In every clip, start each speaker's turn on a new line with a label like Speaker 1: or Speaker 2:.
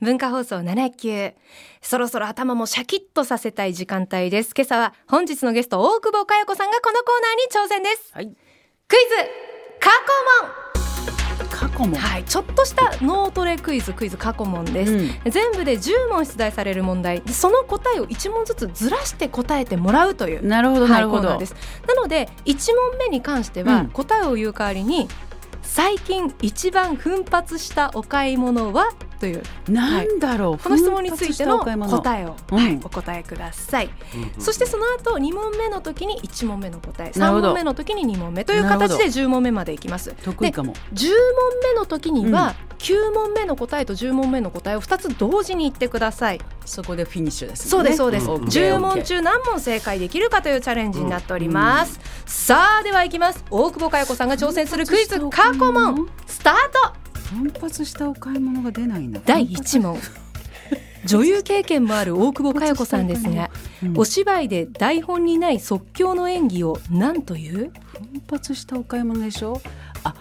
Speaker 1: 文化放送79そろそろ頭もシャキッとさせたい時間帯です今朝は本日のゲスト大久保佳代子さんがこのコーナーに挑戦です
Speaker 2: はい。
Speaker 1: クイズ過去問
Speaker 2: 過去も。
Speaker 1: はい、ちょっとした脳トレクイズクイズ過去問です、
Speaker 2: うん
Speaker 1: 全部で10問出題される問題でその答えを1問ずつずらして答えてもらうという
Speaker 2: なるほど、
Speaker 1: は
Speaker 2: ないる
Speaker 1: コ
Speaker 2: ほ
Speaker 1: ーナ
Speaker 2: ど。
Speaker 1: ーですなので1問目に関しては、
Speaker 2: うん
Speaker 1: 答えを言う代わりに最近一番奮発したお買い物はという
Speaker 2: なんだろう、
Speaker 1: この質問についての
Speaker 2: え。
Speaker 1: 答えを、
Speaker 2: うん
Speaker 1: はい、お答えください、そしてその後2問目の時に1問目の答え3問目の時に2問目という
Speaker 2: なるほ
Speaker 1: 形
Speaker 2: ど
Speaker 1: で10問目までいきます
Speaker 2: 得意かも。
Speaker 1: 10問目の時には、9問目の答えと10問目の答えを2つ同時に言ってください、
Speaker 2: そこでフィニッシュです、ね。
Speaker 1: そうですそうです、
Speaker 2: うん
Speaker 1: 10問。中何問正解できるかというチャレンジになっております、さあではいきます大久保佳代子さんが挑戦するクイズ過去問。スタート
Speaker 2: 奮発したお買い物が出ないんだ。
Speaker 1: 第1問女優経験もある大久保佳代子さんですが
Speaker 2: うん
Speaker 1: お芝居で台本にない即興の演技を何という
Speaker 2: 奮発したお買い物でしょあ。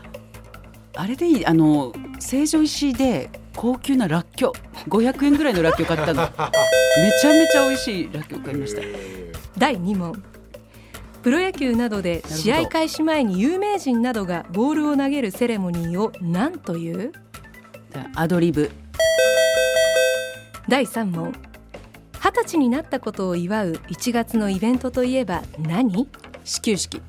Speaker 2: あれでいい、あの、成城石井で。高級ならっきょう、五百円ぐらいのらっきょう買 ったの。めちゃめちゃ美味しいらっきょう買いました。
Speaker 1: 第2問プロ野球などで試合開始前に有名人などがボールを投げるセレモニーを何という
Speaker 2: アドリブ。
Speaker 1: 第3問二十歳になったことを祝う1月のイベントといえば何
Speaker 2: 始球式。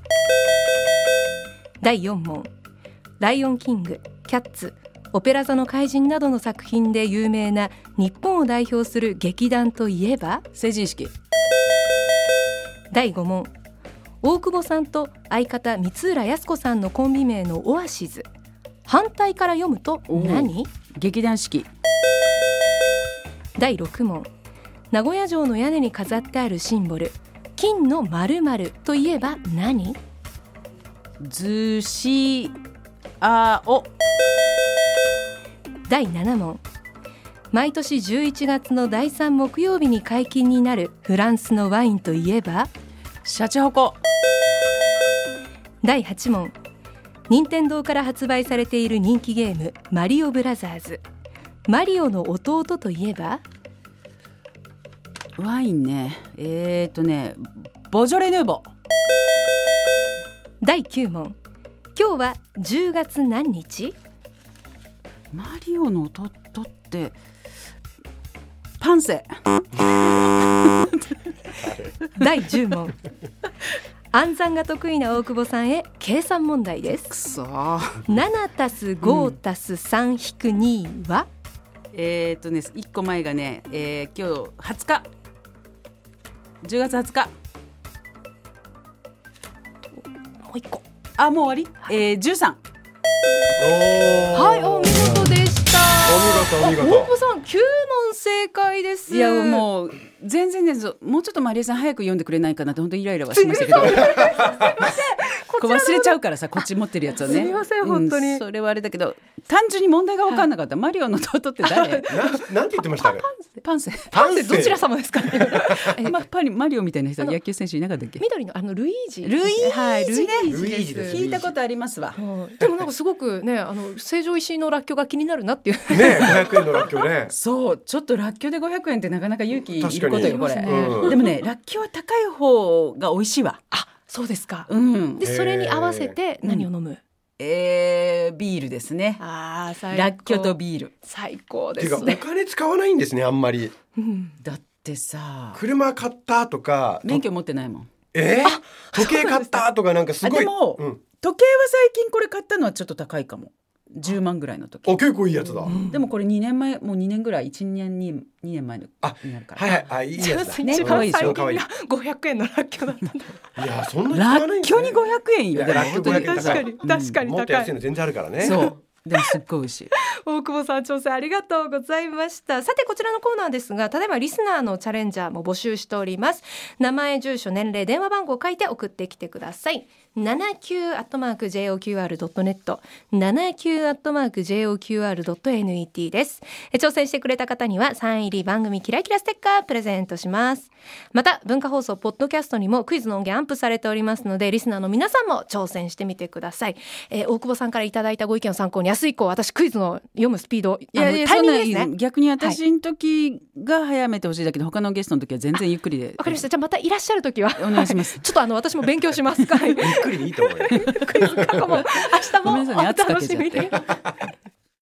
Speaker 1: 第4問「ライオンキング」「キャッツ」「オペラ座の怪人」などの作品で有名な日本を代表する劇団といえば
Speaker 2: 成人式。
Speaker 1: 第5問大久保さんと相方光浦靖子さんのコンビ名の「オアシズ」反対から読むと何
Speaker 2: 劇団式。
Speaker 1: 第6問名古屋城の屋根に飾ってあるシンボル金の〇〇といえば何
Speaker 2: ずし。あお。
Speaker 1: 第7問毎年11月の第3木曜日に解禁になるフランスのワインといえば
Speaker 2: シャチホコ。
Speaker 1: 第8問任天堂から発売されている人気ゲーム「マリオブラザーズ」マリオの弟といえば
Speaker 2: ワインね。えー、っとね、ボジョレ・ヌーボ
Speaker 1: 第9問今日は10月何日
Speaker 2: ー。マリオの弟って、パンセ。
Speaker 1: 第10問 暗算が得意な大久保さんへ計算問題です
Speaker 2: くそー。
Speaker 1: 7たす5たす3引く2は、
Speaker 2: えー、っとね、一個前がね、えー、今日20日。10月20日。
Speaker 1: もう一個
Speaker 2: あ、もう終わりえー、13。
Speaker 1: はいお見事でした
Speaker 3: お見事お見事
Speaker 1: 大久保さん9問正解です
Speaker 2: いや、もう、全然ね、そうもうちょっとマリエさん早く読んでくれないかなって、本当にイライラはしましたけど。 こう忘れちゃうからさこっち持ってるやつをね
Speaker 1: すみません本当に
Speaker 2: うそれはあれだけど単純に問題が分かんなかった、マリオの弟って誰
Speaker 3: なんなんて言ってましたあれ
Speaker 2: パンセ
Speaker 3: パンセ
Speaker 2: どちら様ですか ねまあ、パリマリオみたいな人野球選手いなかったっけ
Speaker 1: 緑のあのルイージ
Speaker 2: ルイージね
Speaker 1: はい、ルイージ
Speaker 3: ルイージ
Speaker 1: で
Speaker 3: ですすね
Speaker 2: 聞いたことありますわ
Speaker 1: はいでもなんかすごくねあの成城石井のらっきょうが気になるなっていう
Speaker 3: ね五百円のラッキョウね
Speaker 2: そうちょっとらっきょうで500円ってなかなか勇気いることよこれ、
Speaker 1: 確か
Speaker 3: にうん
Speaker 2: でもねらっきょうは高い方が美味しいわ
Speaker 1: あそうですか
Speaker 2: うん
Speaker 1: でそれに合わせて何を飲む、
Speaker 2: えー、ビールですね
Speaker 1: ああ最
Speaker 2: らっきょうとビール
Speaker 1: 最高
Speaker 3: て
Speaker 1: で
Speaker 3: いうか
Speaker 1: す
Speaker 3: お
Speaker 1: ね、
Speaker 3: 金使わないんですねあんまり
Speaker 1: うん、
Speaker 2: だってさ
Speaker 3: 車買ったとかと
Speaker 2: 免許持ってないもん
Speaker 3: えー時計買ったとかなんかすごい
Speaker 2: あでも
Speaker 3: うん、
Speaker 2: 時計は最近これ買ったのはちょっと高いかも10万ぐらいの時
Speaker 3: お結構いいやつだ、
Speaker 2: でもこれ2年前もう2年ぐらい1年に2年前の
Speaker 3: あ
Speaker 2: になるから
Speaker 3: はいはいあいいやつだ
Speaker 2: ね
Speaker 1: 一
Speaker 2: 可
Speaker 1: 番
Speaker 2: 愛いでし
Speaker 1: 最
Speaker 2: ょ
Speaker 3: 可
Speaker 1: 近
Speaker 3: 愛い
Speaker 1: が500円のらっきょうだったんだ
Speaker 3: いやそんなに使
Speaker 2: ら
Speaker 3: わ
Speaker 2: っ
Speaker 3: ないん
Speaker 2: きょうに500
Speaker 3: ね
Speaker 2: 円よ
Speaker 3: いや
Speaker 2: らっきょう500円
Speaker 3: 確か
Speaker 1: に
Speaker 2: 高い
Speaker 1: 確かに
Speaker 3: もっと安いの全然あるから
Speaker 2: うん
Speaker 3: ね
Speaker 2: そうでもすっごい美味しい
Speaker 1: 大久保さん挑戦ありがとうございましたさてこちらのコーナーですがただいまリスナーのチャレンジャーも募集しております名前住所年齢電話番号を書いて送ってきてください79アットマーク JOQR.net 79アットマーク JOQR.net ですえ挑戦してくれた方にはサイン入り番組キラキラステッカープレゼントしますまた文化放送ポッドキャストにもクイズの音源アンプされておりますのでリスナーの皆さんも挑戦してみてください、えー大久保さんからいただいたご意見を参考に安以降私クイズの読むスピード
Speaker 2: いやいや
Speaker 1: あのタイミング
Speaker 2: そん
Speaker 1: で
Speaker 2: な
Speaker 1: す
Speaker 2: い
Speaker 1: ね
Speaker 2: い逆に私の時が早めてほしいだけど、他のゲストの時は全然ゆっくりで
Speaker 1: わかりましたじゃあまたいらっしゃる時は
Speaker 2: お願いします
Speaker 1: ちょっとあの私も勉強し ますからクイ
Speaker 3: ゆっくりでいいと思うよ。
Speaker 1: ズ過去も明日
Speaker 2: ごめんなさい
Speaker 1: も
Speaker 2: ね
Speaker 1: お
Speaker 2: 圧か
Speaker 1: 楽
Speaker 2: け
Speaker 1: し
Speaker 2: ちゃっ
Speaker 1: みに
Speaker 2: て